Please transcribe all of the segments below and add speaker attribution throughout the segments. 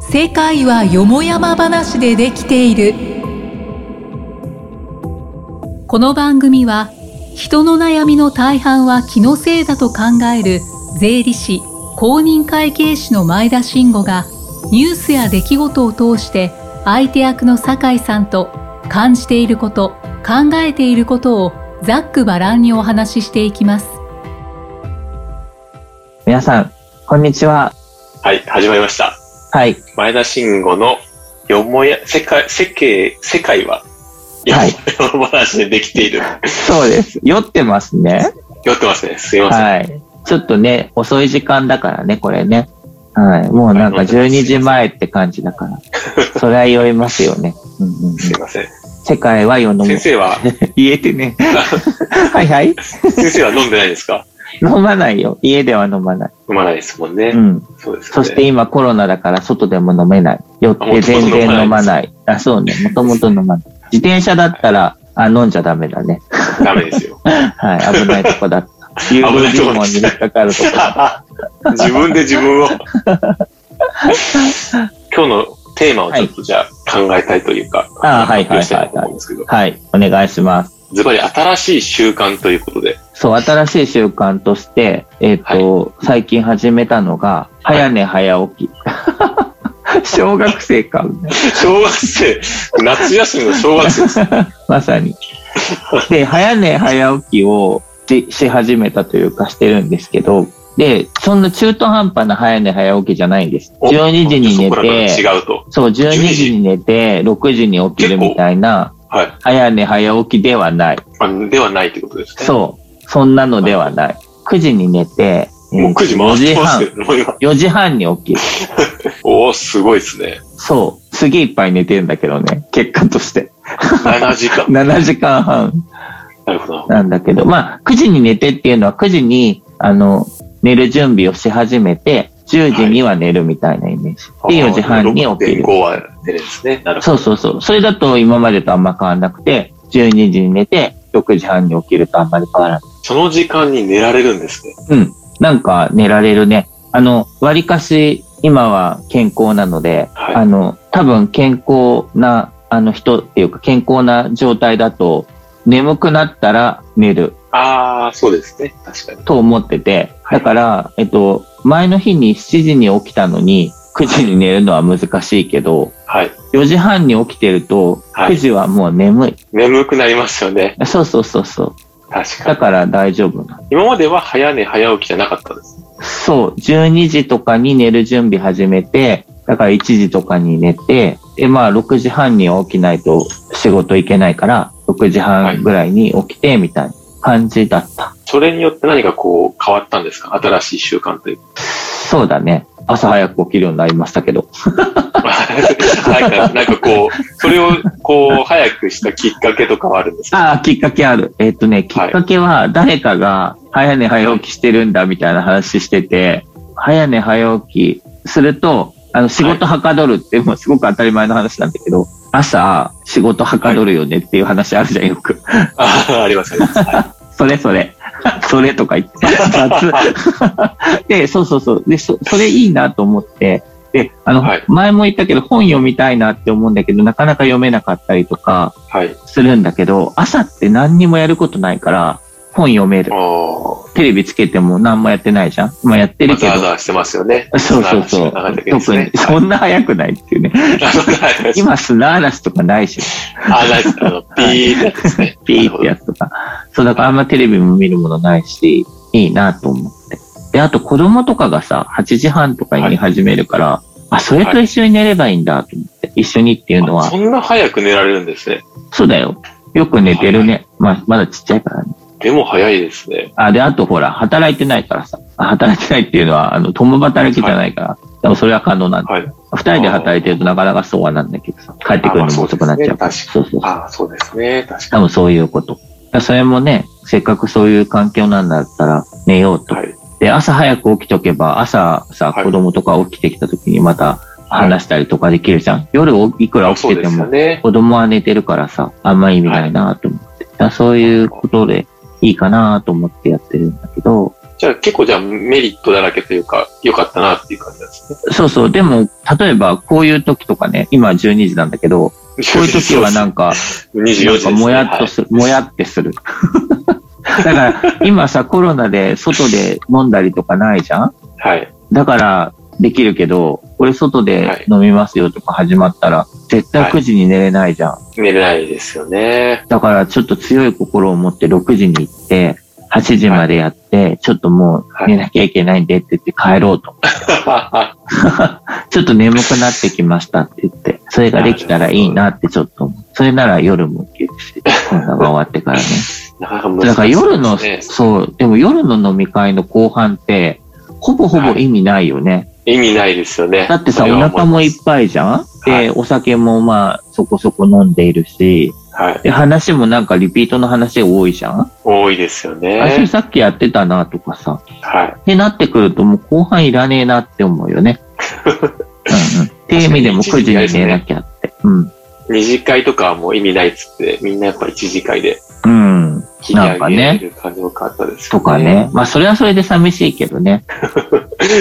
Speaker 1: 世界はよもやま話でできているこの番組は人の悩みの大半は気のせいだと考える税理士公認会計士の前田慎吾がニュースや出来事を通して相手役の酒井さんと感じていること考えていることをざっくばらんにお話ししていきます
Speaker 2: 皆さん、こんにちは。
Speaker 3: はい、始まりました。
Speaker 2: はい。
Speaker 3: 前田慎吾のよもや、世界、世界、世界は、よ
Speaker 2: はい
Speaker 3: もやま話でできている。
Speaker 2: そうです。酔ってますね。
Speaker 3: 酔ってますね。すいません。
Speaker 2: はい。ちょっとね、遅い時間だからね、これね。はい。もうなんか12時前って感じだ から。それは酔いますよね。うんうんうん、
Speaker 3: すいません。
Speaker 2: 世界は世のも
Speaker 3: 先生は、
Speaker 2: 言えてね。 はいはい。
Speaker 3: 先生は飲んでないですか
Speaker 2: 飲まないよ。家では飲まない。
Speaker 3: 飲まないですもんね。
Speaker 2: うん。
Speaker 3: そうですよ
Speaker 2: そ
Speaker 3: ね。
Speaker 2: して今コロナだから外でも飲めない。酔って全然飲まない。あ、そうね。もともと飲まない。自転車だったら、あ、飲んじゃダメだね。
Speaker 3: ダメですよ。
Speaker 2: はい、危ないとこだった。危
Speaker 3: ないとこ
Speaker 2: に引っかかるとこ だ。
Speaker 3: 自分で自分を。今日のテーマをちょっとじゃあ考えたいというか、
Speaker 2: あーはい
Speaker 3: 発表したいと思うんですけど、
Speaker 2: はい、お願いします。
Speaker 3: ズバリ新しい習慣ということで、
Speaker 2: そう、新しい習慣として、えっ、と、最近始めたのが、
Speaker 3: はい
Speaker 2: 早寝早起き。 小学生か。
Speaker 3: 小学生、夏休みの小学生です。
Speaker 2: まさに。で、早寝早起きをしし始めたというかしてるんですけど、で、そんな中途半端な早寝早起きじゃないんです。
Speaker 3: お
Speaker 2: 12時に寝
Speaker 3: そこらから
Speaker 2: て、
Speaker 3: 違うと。
Speaker 2: そう、12時に寝て、6時に起きるみたいな、
Speaker 3: はい。
Speaker 2: 早寝早起きではない。
Speaker 3: あではないということですね。
Speaker 2: そう。そんなのではない。9時に寝て、
Speaker 3: もう9時回ってます
Speaker 2: 4
Speaker 3: けど、もう
Speaker 2: 時半、4
Speaker 3: 今。
Speaker 2: 時半に起きる。
Speaker 3: おお、すごいですね。
Speaker 2: そう。すげえいっぱい寝てんだけどね。結果として。
Speaker 3: 7時間。
Speaker 2: 7時間半
Speaker 3: なるほど。
Speaker 2: なんだけど。まあ、9時に寝てっていうのは9時に、あの、寝る準備をし始めて、10時には寝るみたいなイメージ。で、4時半に起きる。
Speaker 3: 6.5は出るんですね。なるほ
Speaker 2: そうそうそう。それだと今までとあんま変わんなくて、12時に寝て、6時半に起きるとあんまり変わらない
Speaker 3: ど。その時間に寝られるんですね。
Speaker 2: うん。なんか寝られるね。あの、割かし、今は健康なので、
Speaker 3: はい
Speaker 2: あの、多分健康な、あの人っていうか健康な状態だと、眠くなったら寝る
Speaker 3: ああ、そうですね。確かに。
Speaker 2: と思ってて、
Speaker 3: はい
Speaker 2: だから、えっと、前の日に7時に起きたのに、9時に寝るのは難しいけど、
Speaker 3: はい。
Speaker 2: 4時半に起きてると、
Speaker 3: は
Speaker 2: 9
Speaker 3: い
Speaker 2: 時はもう眠い。
Speaker 3: 眠くなりますよね。
Speaker 2: そうそうそうそう。
Speaker 3: 確か
Speaker 2: だ
Speaker 3: に。
Speaker 2: から大丈夫なの
Speaker 3: 今までは早寝早起きじゃなかったです。
Speaker 2: そう、12時とかに寝る準備始めて、だから1時とかに寝て、で、まあ6時半に起きないと仕事行けないから、6時半ぐらいに起きて、みたいな感じだった。
Speaker 3: それによって何かこう変わったんですか新しい習慣というか。
Speaker 2: そうだね。朝早く起きるようになりましたけど。
Speaker 3: なんかなんかこう、それをこう早くしたきっかけとかはあるんですか
Speaker 2: ああ、きっかけある。えっとね、きっかけは誰かが早寝早起きしてるんだみたいな話してて、早寝早起きすると、あの、仕事はかどるって、もうすごく当たり前の話なんだけど、朝、仕事はかどるよねっていう話あるじゃん、よく。
Speaker 3: あーありますあります。はい
Speaker 2: それそれ。 それとか言って。雑。で、そうそうそう。で、そ、それいいなと思って。で、あの、
Speaker 3: はい
Speaker 2: 前も言ったけど、本読みたいなって思うんだけど、なかなか読めなかったりとか
Speaker 3: はい。
Speaker 2: するんだけど、朝って何にもやることないから、本読める。
Speaker 3: おー
Speaker 2: テレビつけても何もやってないじゃんまあやってるけ
Speaker 3: ざわ
Speaker 2: ど
Speaker 3: ざ。わしてますよね。
Speaker 2: そうそうそう。
Speaker 3: 砂嵐が流れて
Speaker 2: 特
Speaker 3: るん
Speaker 2: に、
Speaker 3: ですね
Speaker 2: そんな早くないっていうね。
Speaker 3: はい
Speaker 2: 今、砂嵐とかないし。
Speaker 3: あ、ないです。あの、ピーってやつですね。
Speaker 2: ピーってやつとか。そう、だからあんまテレビも見るものないし、いいなと思って。で、あと子供とかがさ、8時半とかに寝始めるから、あ、それと一緒に寝ればいいんだと思って。一緒にっていうの
Speaker 3: あ
Speaker 2: は
Speaker 3: そ、んな早く寝られるんですね。
Speaker 2: そうだよ。よく寝てるね。まあ、まだちっちゃいからね。
Speaker 3: でも早いですね。
Speaker 2: あ、で、あとほら、働いてないからさ。あ働いてないっていうのは、あの、共働きじゃないから。でもそれは可能なんだ。
Speaker 3: はい。
Speaker 2: 二人で働いてるとなかなかそうはなんだけどさ。帰ってくるのも遅くなっちゃうから。
Speaker 3: あまあそ
Speaker 2: そうそうそう。
Speaker 3: あそうですね。確か
Speaker 2: 多分そういうこと。それもね、せっかくそういう環境なんだったら寝ようと。
Speaker 3: に。はい。
Speaker 2: で、朝早く起きとけば、朝さ、
Speaker 3: はい
Speaker 2: 子供とか起きてきた時にまた
Speaker 3: はい
Speaker 2: 話したりとかできるじゃん。夜おいくら起
Speaker 3: そ
Speaker 2: き
Speaker 3: う
Speaker 2: てて
Speaker 3: ですよ
Speaker 2: も、
Speaker 3: ね。
Speaker 2: 子供は寝てるからさ、あんま意味ないなと思って。だからそういうことでいいかなと思ってやってるんだけど、
Speaker 3: じゃあ結構じゃあメリットだらけというか、良かったなっていう感じなんですね。
Speaker 2: そうそう。でも、例えば、こういう時とかね、今12時なんだけど、こういう時はなんか、
Speaker 3: 24時
Speaker 2: な
Speaker 3: で
Speaker 2: ん
Speaker 3: す、
Speaker 2: か
Speaker 3: ね。
Speaker 2: もやっと
Speaker 3: はい
Speaker 2: する、もやってする。 だから、今さ、コロナで外で飲んだりとかないじゃん
Speaker 3: はい。
Speaker 2: だから、できるけど、これ外で飲みますよとか始まったら、絶対9時に寝れないじゃん。
Speaker 3: 寝れないですよね。
Speaker 2: だから、ちょっと強い心を持って6時に行って、8時までやって、ちょっともう寝なきゃいけないんでって言って帰ろうと。ちょっと眠くなってきましたって言って、それができたらいいなってちょっと思う、それなら夜も行けるし、コロナが終わってから ね。
Speaker 3: なかなか難しい、
Speaker 2: だから夜の、
Speaker 3: ね、
Speaker 2: そう、でも夜の飲み会の後半って、ほぼほぼ意味ないよね。
Speaker 3: 意味ないですよね。
Speaker 2: だってさ、
Speaker 3: それ
Speaker 2: お
Speaker 3: は思い
Speaker 2: 腹もいっぱいじゃんで、
Speaker 3: はい
Speaker 2: お酒もまあ、そこそこ飲んでいるし、
Speaker 3: はい。
Speaker 2: で、話もなんかリピートの話が多いじゃん、
Speaker 3: 多いですよ
Speaker 2: あそれ
Speaker 3: ね。
Speaker 2: さっきやってたなとかさ、
Speaker 3: はい。
Speaker 2: ってなってくるともう後半いらねえなって思うよ ね。うんうん。っていう意味でも9時に寝なきゃって。うん。
Speaker 3: 二次会とかはもう意味ないっつって、みんなやっぱ一次会で
Speaker 2: うん。
Speaker 3: 引き上げる感じも変わったですよ
Speaker 2: とかね。。まあ、それはそれで寂しいけどね。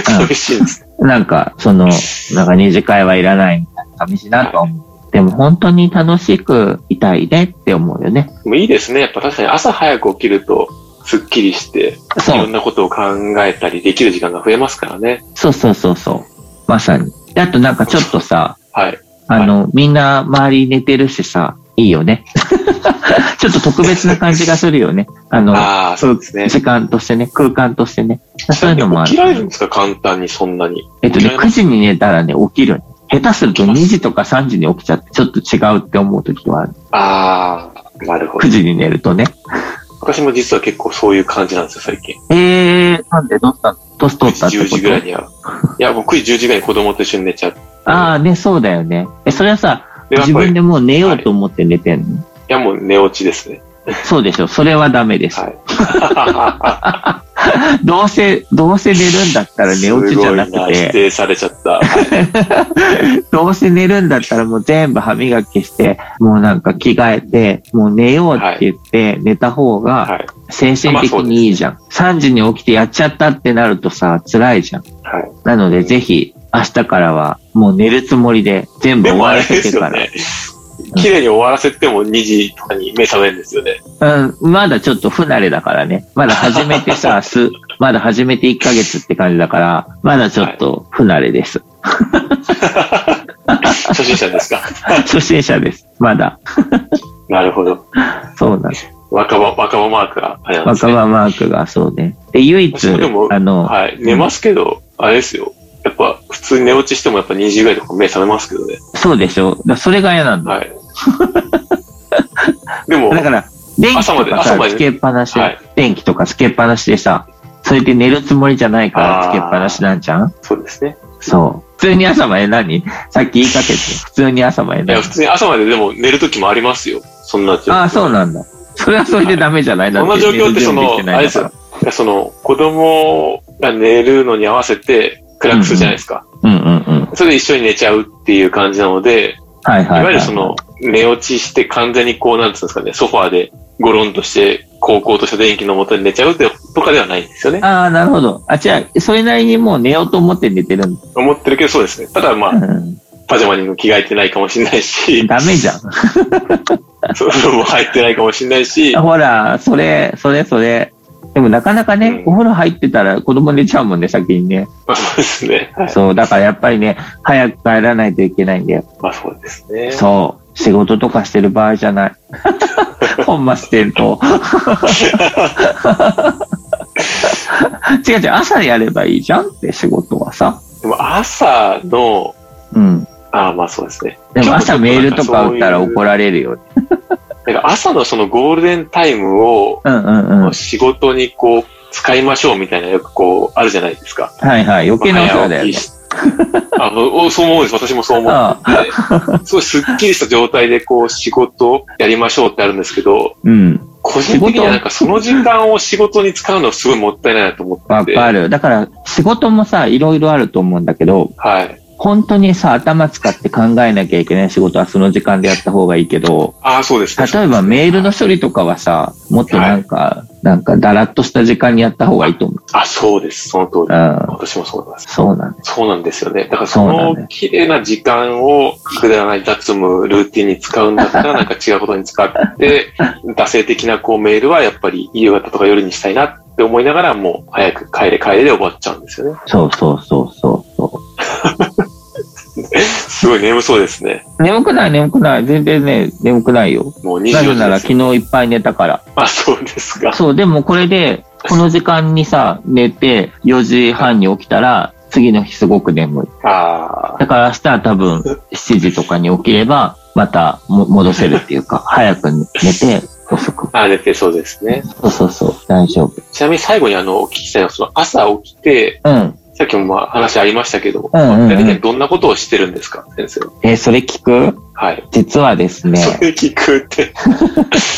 Speaker 3: 寂しいです。
Speaker 2: なんか、その、なんか二次会はいらないみたいな、寂しいなとは思う。でも本当に楽しくいたいねって思うよね。
Speaker 3: でもいいですね。やっぱ確かに朝早く起きると、すっきりして、い
Speaker 2: そ
Speaker 3: ろん
Speaker 2: う。
Speaker 3: なことを考えたりできる時間が増えますからね。
Speaker 2: そうそうそうそう。まさに。であとなんかちょっとさ、
Speaker 3: はい。
Speaker 2: あの、みんな周り寝てるしさ、いいよね。 ちょっと特別な感じがするよね。あの、
Speaker 3: ああ、そうですね。
Speaker 2: 時間としてね、空間としてね。そういうのもあ
Speaker 3: 起きられるん
Speaker 2: る。
Speaker 3: ですか簡単にそんなに。
Speaker 2: えっと
Speaker 3: 起
Speaker 2: ね、
Speaker 3: きられ
Speaker 2: 9
Speaker 3: ま
Speaker 2: 時に寝たらね、起きる。下手すると2時とか3時に起きちゃって、ちょっと違うって思う時はある。
Speaker 3: ああ、なるほど
Speaker 2: 9。時に寝るとね。
Speaker 3: 私も実は結構そういう感じなんですよ、最近。
Speaker 2: えー、なんでどうしたの年取った
Speaker 3: 9
Speaker 2: って
Speaker 3: 時、
Speaker 2: こと
Speaker 3: 10時ぐらいには。いや、もう9時、10時ぐらいに子供と一緒に寝ちゃって。
Speaker 2: ああ、ね、そうだよね。え、それはさ、
Speaker 3: でやっ
Speaker 2: 自
Speaker 3: ぱり
Speaker 2: 分
Speaker 3: い
Speaker 2: でもう寝ようと思って寝てんの、
Speaker 3: や、もう寝落ちですね。
Speaker 2: そうでしょ。それはダメです。
Speaker 3: は
Speaker 2: どうせ、どうせ寝るんだったら
Speaker 3: い。
Speaker 2: 寝落ちじゃなく
Speaker 3: すごい否
Speaker 2: て、
Speaker 3: 定されちゃった。
Speaker 2: どうせ寝るんだったらもう全部歯磨きして、もうなんか着替えて、もう寝ようって言って寝た方が
Speaker 3: はい。
Speaker 2: 精神的にいいじゃん。3時に起きてやっちゃったってなるとさ、辛いじゃん。
Speaker 3: はい。
Speaker 2: なのでぜひ、明日からはもう寝るつ もりで全部
Speaker 3: で
Speaker 2: 終
Speaker 3: もあ
Speaker 2: わ
Speaker 3: れ
Speaker 2: ら
Speaker 3: で
Speaker 2: せて
Speaker 3: す
Speaker 2: か
Speaker 3: よ
Speaker 2: ら
Speaker 3: ね。。綺麗に終わらせても2時とかに目覚めるんですよね。
Speaker 2: うん、まだちょっと不慣れだからね。まだ始めて さ、す、まだ始めて1ヶ月って感じだから、まだちょっと不慣れです。
Speaker 3: 初心者ですか
Speaker 2: 初心者です。まだ。
Speaker 3: なるほど。
Speaker 2: そうなんです。
Speaker 3: 若葉、若葉マークがあれなんです
Speaker 2: 若
Speaker 3: ね。
Speaker 2: 葉マークがそうね。で、唯一
Speaker 3: そうで、も
Speaker 2: あの、
Speaker 3: はい。寝ますけど、あれですよ。やっぱ、普通に寝落ちしてもやっぱ2時ぐらいとか目覚めますけどね。
Speaker 2: そうでしょだからそれが嫌なんだ。
Speaker 3: はい。でも、
Speaker 2: だから、電気
Speaker 3: 朝ま
Speaker 2: と
Speaker 3: で
Speaker 2: か
Speaker 3: 朝
Speaker 2: さ、
Speaker 3: まで
Speaker 2: つけっぱなし、
Speaker 3: はい
Speaker 2: 電気とかつけっぱなしでさ、それで寝るつもりじゃないから
Speaker 3: あー
Speaker 2: つけっぱなしなんじゃん
Speaker 3: そうですね。
Speaker 2: そう。普通に朝まで何 さっき言いかけて、普通に朝まで
Speaker 3: いや、
Speaker 2: 何
Speaker 3: 普通に朝まででも寝る時もありますよ。そんな状況。
Speaker 2: ああ、そうなんだ。それはそれでダメじゃないだ
Speaker 3: そんな状況ってその、あれですよ。いやその、子供が寝るのに合わせて暗くするじゃないですか。
Speaker 2: うんうんうん。
Speaker 3: それで一緒に寝ちゃうっていう感じなので、
Speaker 2: はいはい
Speaker 3: い
Speaker 2: はい。
Speaker 3: わゆるその、寝落ちして完全にこう、なんていうんですかね、ソファーでゴロンとして、高校とした電気の下に寝ちゃうってとかではないんですよね。
Speaker 2: ああ、なるほど。あ、違う。それなりにもう寝ようと思って寝てるんだ。
Speaker 3: 思ってるけどそうですね。ただま
Speaker 2: う
Speaker 3: あ、
Speaker 2: ん
Speaker 3: パジャマにも着替えてないかもしれないし、
Speaker 2: ダメじゃん。
Speaker 3: そういうのも入ってないかもしれないし、
Speaker 2: ほら、それ、それ、それ。でもなかなかね、
Speaker 3: うん
Speaker 2: お風呂入ってたら子供寝ちゃうもんね、先にね。
Speaker 3: まあそうですね。はい
Speaker 2: そう、だからやっぱりね、早く帰らないといけないんだよ。
Speaker 3: まあそうですね。
Speaker 2: そう、仕事とかしてる場合じゃない。 本末転倒。違う違う、朝やればいいじゃんって仕事はさ。
Speaker 3: でも朝の、
Speaker 2: うん。
Speaker 3: ああまあそうですね。
Speaker 2: でも朝メールとか打ったら怒られるよね。
Speaker 3: なんか朝のそのゴールデンタイムを
Speaker 2: うんうんうん。
Speaker 3: 仕事にこう使いましょうみたいなよくこうあるじゃないですか。
Speaker 2: はいはい。余計なお世話だよ
Speaker 3: 早起
Speaker 2: ね
Speaker 3: き。しあもうそう思うんです。私もそう思ってて。すごいスッキリした状態でこう仕事をやりましょうってあるんですけど、
Speaker 2: うん。
Speaker 3: 個人的にはなんかその時間を仕事に使うのはすごいもったいないなと思
Speaker 2: わ
Speaker 3: ってて。
Speaker 2: かる。だから仕事もさ、いろいろあると思うんだけど、
Speaker 3: はい。
Speaker 2: 本当にさ、頭使って考えなきゃいけない仕事はその時間でやった方がいいけど、
Speaker 3: ああ、そうですね。
Speaker 2: 例えばメールの処理とかはさ、もっとなんか、なんかだらっとした時間にやった方がいいと思う。
Speaker 3: あ、そうです。その通
Speaker 2: うん。
Speaker 3: り。私もそうなんです。
Speaker 2: そうなんです。
Speaker 3: そうなんですよね。だから
Speaker 2: そ
Speaker 3: そう
Speaker 2: なんだ
Speaker 3: の綺麗な時間をくだらない雑務、ルーティンに使うんだっ たら、なんか違うことに使って、惰性的なこうメールはやっぱり夕方とか夜にしたいなって思いながら、もう早く帰れ帰れで終わっちゃうんですよね。
Speaker 2: そうそうそうそうそ
Speaker 3: すごい眠そうですね。
Speaker 2: う。眠くない眠くない。全然ね、眠くないよ。
Speaker 3: もう
Speaker 2: なぜな
Speaker 3: 24
Speaker 2: ら昨
Speaker 3: 時です。
Speaker 2: 日いっぱい寝たから。
Speaker 3: あ、そうですか。
Speaker 2: そう、でもこれで、この時間にさ、寝て4時半に起きたら、次の日すごく眠い。
Speaker 3: ああ、
Speaker 2: だから明日は多分7時とかに起きれば、またも戻せるっていうか、早く寝て遅く。
Speaker 3: ああ、寝てそうですね。
Speaker 2: そうそうそう、大丈夫。
Speaker 3: ちなみに最後にあの、お聞きしたいのは、その朝起きて、
Speaker 2: うん、
Speaker 3: さっきもまあ話ありましたけど、
Speaker 2: うんうん、う
Speaker 3: 大体
Speaker 2: ん。
Speaker 3: どんなことをしてるんですか、先生は。
Speaker 2: えーそれ聞く
Speaker 3: はい。
Speaker 2: 実はですね、
Speaker 3: それ聞く って。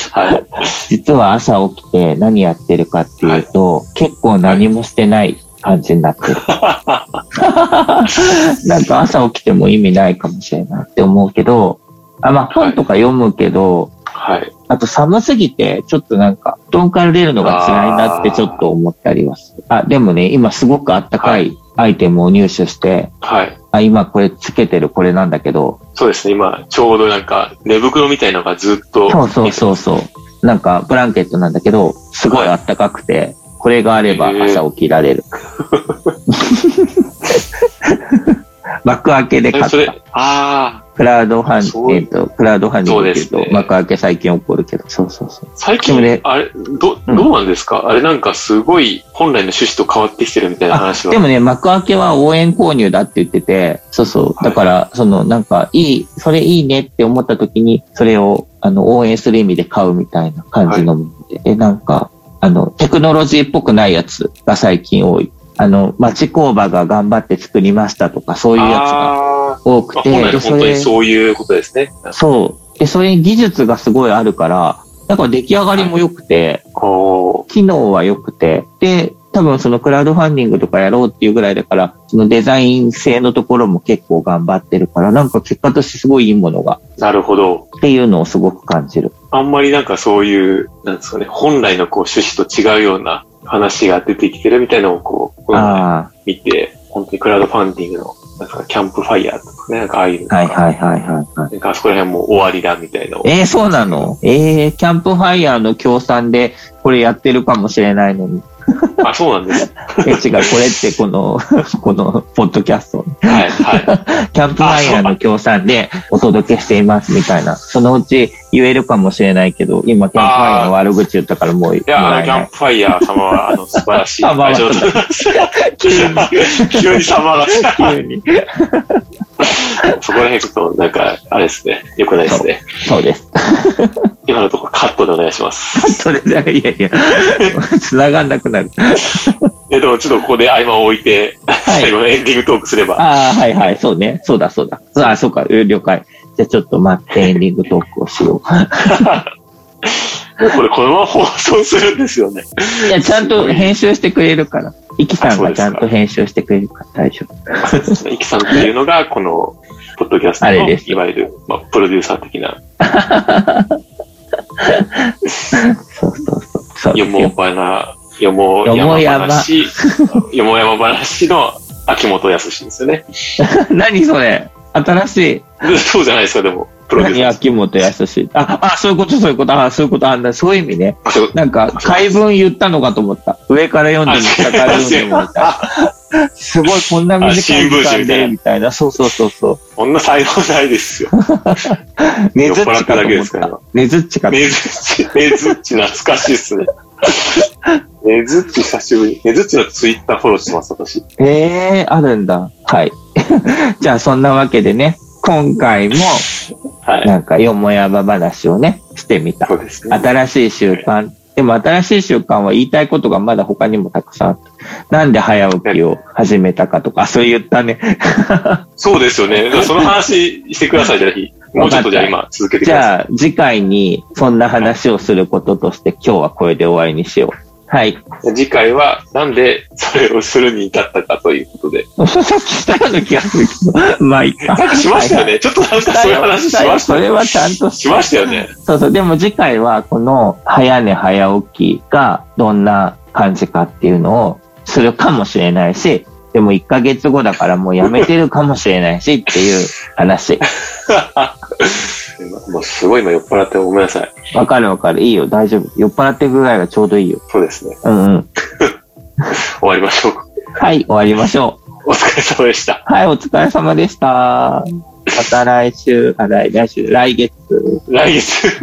Speaker 3: はい。
Speaker 2: 実は朝起きて何やってるかっていうと、結構何もしてない感じになってる。 なんか朝起きても意味ないかもしれないって思うけど、あ、まあ本とか読むけど、
Speaker 3: はい。
Speaker 2: あと寒すぎて、ちょっとなんか、布団から出るのが辛いなってちょっと思ったりはする。あでもね、今すごくあったか
Speaker 3: はい
Speaker 2: アイテムを入手して、
Speaker 3: はい。
Speaker 2: あ、今これつけてるこれなんだけど、
Speaker 3: そうですね。今、ちょうどなんか、寝袋みたいのがずっと。
Speaker 2: そうそうそうそう。なんかブランケットなんだけど、すごいあったかくて、これがあれば朝起きら れる。幕開けで買
Speaker 3: えそれ
Speaker 2: った。、
Speaker 3: あ
Speaker 2: クラウドファ
Speaker 3: そ
Speaker 2: ン、
Speaker 3: う
Speaker 2: えっ、と、クラウドファンディングっていう
Speaker 3: そうで
Speaker 2: と
Speaker 3: すね
Speaker 2: 幕開け最近起こるけど、そうそうそう
Speaker 3: あ。、最
Speaker 2: でもね
Speaker 3: 近、あれ、ど、
Speaker 2: うん
Speaker 3: どうなんですか、あれなんかすごい、本来の趣旨と変わってきてるみたいな話は。
Speaker 2: でもね、幕開けは応援購入だって言ってて、そうそう。
Speaker 3: はい
Speaker 2: だから、その、なんか、いい、それいいねって思った時に、それを、あの、応援する意味で買うみたいな感じのもので、え、なんか、あの、テクノロジーっぽくないやつが最近多い。あの、町工場が頑張って作りましたとか、そういうやつが
Speaker 3: あ
Speaker 2: 多
Speaker 3: ー
Speaker 2: く
Speaker 3: まあ、
Speaker 2: て、
Speaker 3: 本来
Speaker 2: で
Speaker 3: の
Speaker 2: そ
Speaker 3: 本当に
Speaker 2: れ、
Speaker 3: そういうことですね。
Speaker 2: そう。で、それに技術がすごいあるから、だから出来上がりも良くて、
Speaker 3: こ
Speaker 2: 機能は良くて、で、多分そのクラウドファンディングとかやろうっていうぐらいだから、そのデザイン性のところも結構頑張ってるから、なんか結果としてすごいいいものが、
Speaker 3: う、なるほど。
Speaker 2: っていうのをすごく感じる。
Speaker 3: あんまりなんかそういう、なんですかね、本来のこう趣旨と違うような話が出てきてるみたいなのをこう、この前
Speaker 2: あ
Speaker 3: 見て、本当にクラウドファンディングの、なんですか、キャンプファイヤーとかね、なんかああいうのと
Speaker 2: あ、
Speaker 3: か
Speaker 2: はいはいはいはい、はい。
Speaker 3: なんかあそこら辺もう終わりだみたいなのを。
Speaker 2: えー、そうなのえー、キャンプファイヤーの協賛でこれやってるかもしれないのに。
Speaker 3: あ、そうなんです。
Speaker 2: え、違う、これってこの、 この、ポッドキャスト。
Speaker 3: はい、はい。
Speaker 2: キャンプファイヤーの協賛でお届けしていますみたいな。そのうち言えるかもしれないけど、今キャンプファイヤーの悪口言ったからもう
Speaker 3: い
Speaker 2: 言
Speaker 3: や、
Speaker 2: わ
Speaker 3: あ
Speaker 2: な
Speaker 3: の、
Speaker 2: い
Speaker 3: キャンプファイヤー様は、あの、素 晴らしい
Speaker 2: あまあ
Speaker 3: 会長だ
Speaker 2: 急に。
Speaker 3: 急に様が、
Speaker 2: 急に。
Speaker 3: そこら辺ちょっと、なんか、あれですね。良くないですね。
Speaker 2: そうです。
Speaker 3: 今のところカットでお願いします。
Speaker 2: それじゃ、いやいや、繋がんなくなる。
Speaker 3: え、でもちょっとここで合間を置いて、
Speaker 2: は
Speaker 3: 最
Speaker 2: い。
Speaker 3: 後のエンディングトークすれば。
Speaker 2: ああ、はいはい、そうね。そうだ、そうだ。ああ、そうか、うん了解。じゃあちょっと待って、エンディングトークをしよ
Speaker 3: これ、このまま放送するんですよね。
Speaker 2: う。いや、ちゃんと編集してくれるから。イキさんがちゃんと編集してくれるから大丈夫。
Speaker 3: イキさんっていうのが、この、ポッドキャスト
Speaker 2: あれ
Speaker 3: の、
Speaker 2: です
Speaker 3: いわゆる、まあ、プロデューサー的な、
Speaker 2: そうそうそう。そう
Speaker 3: よ
Speaker 2: です
Speaker 3: も
Speaker 2: よ。
Speaker 3: ばな、よも
Speaker 2: よも
Speaker 3: や
Speaker 2: や
Speaker 3: ま
Speaker 2: ま
Speaker 3: 話、よもやま話の秋元康ですよね。
Speaker 2: 何それ新しい。
Speaker 3: でそうじゃないですか、でも、プロデュー
Speaker 2: 何
Speaker 3: サー。
Speaker 2: 秋元康。あ、あ、そういうこと、そういうこと、あ、そういうこと、あんな、そういう意味ね。
Speaker 3: あそう
Speaker 2: なんか、解文言ったのかと思った。上から読んでみた、下から読んでみた。すごい、こんな短い時間で、みたいな。そうそうそうそう。
Speaker 3: こんな才能ないですよ。
Speaker 2: ねずっ
Speaker 3: 酔っ払っ
Speaker 2: ち
Speaker 3: た
Speaker 2: か
Speaker 3: だ
Speaker 2: と
Speaker 3: けで
Speaker 2: 思っ
Speaker 3: すから
Speaker 2: た。ねずっちかと。
Speaker 3: ねずっち、ねずっち懐かしいっすね。ねずっち久しぶり。ねずっちのツイッターフォローしてます、私。
Speaker 2: ええー、あるんだ。はい。 じゃあ、そんなわけでね、今回も、
Speaker 3: はい。
Speaker 2: なんか、よもやば話をね、してみた
Speaker 3: そ。うですね。
Speaker 2: 新しい習慣。でも新しい習慣は言いたいことがまだ他にもたくさんあった。なんで早起きを始めたかとか、あそ れ言ったね。
Speaker 3: そうですよね。その話してください、じゃあ、もうちょっとじゃあ今続けてく
Speaker 2: じ
Speaker 3: ださい。
Speaker 2: ゃあ次回にそんな話をすることとして今日はこれで終わりにしよう。はい。
Speaker 3: 次回はなんでそれをするに至ったかということで。
Speaker 2: さっきしたような気がするけど。まあ、いいか。
Speaker 3: さっきしましたよね。ちょっとなんかそういう話しました
Speaker 2: それはちゃんと
Speaker 3: しましたよね。
Speaker 2: そうそう。でも次回は、この、早寝早起きがどんな感じかっていうのをするかもしれないし、でも1ヶ月後だからもうやめてるかもしれないしっていう話。
Speaker 3: もうすごい今酔っ払ってごめんなさい。
Speaker 2: わかるわかる。いいよ。大丈夫。酔っ払ってるぐらいがちょうどいいよ。
Speaker 3: そうですね。
Speaker 2: うんうん。
Speaker 3: 終わりましょうか。
Speaker 2: はい、終わりましょう。
Speaker 3: お疲れ様でした。
Speaker 2: はい、お疲れ様でした。また来週、あ、来来週、来月。
Speaker 3: 来月。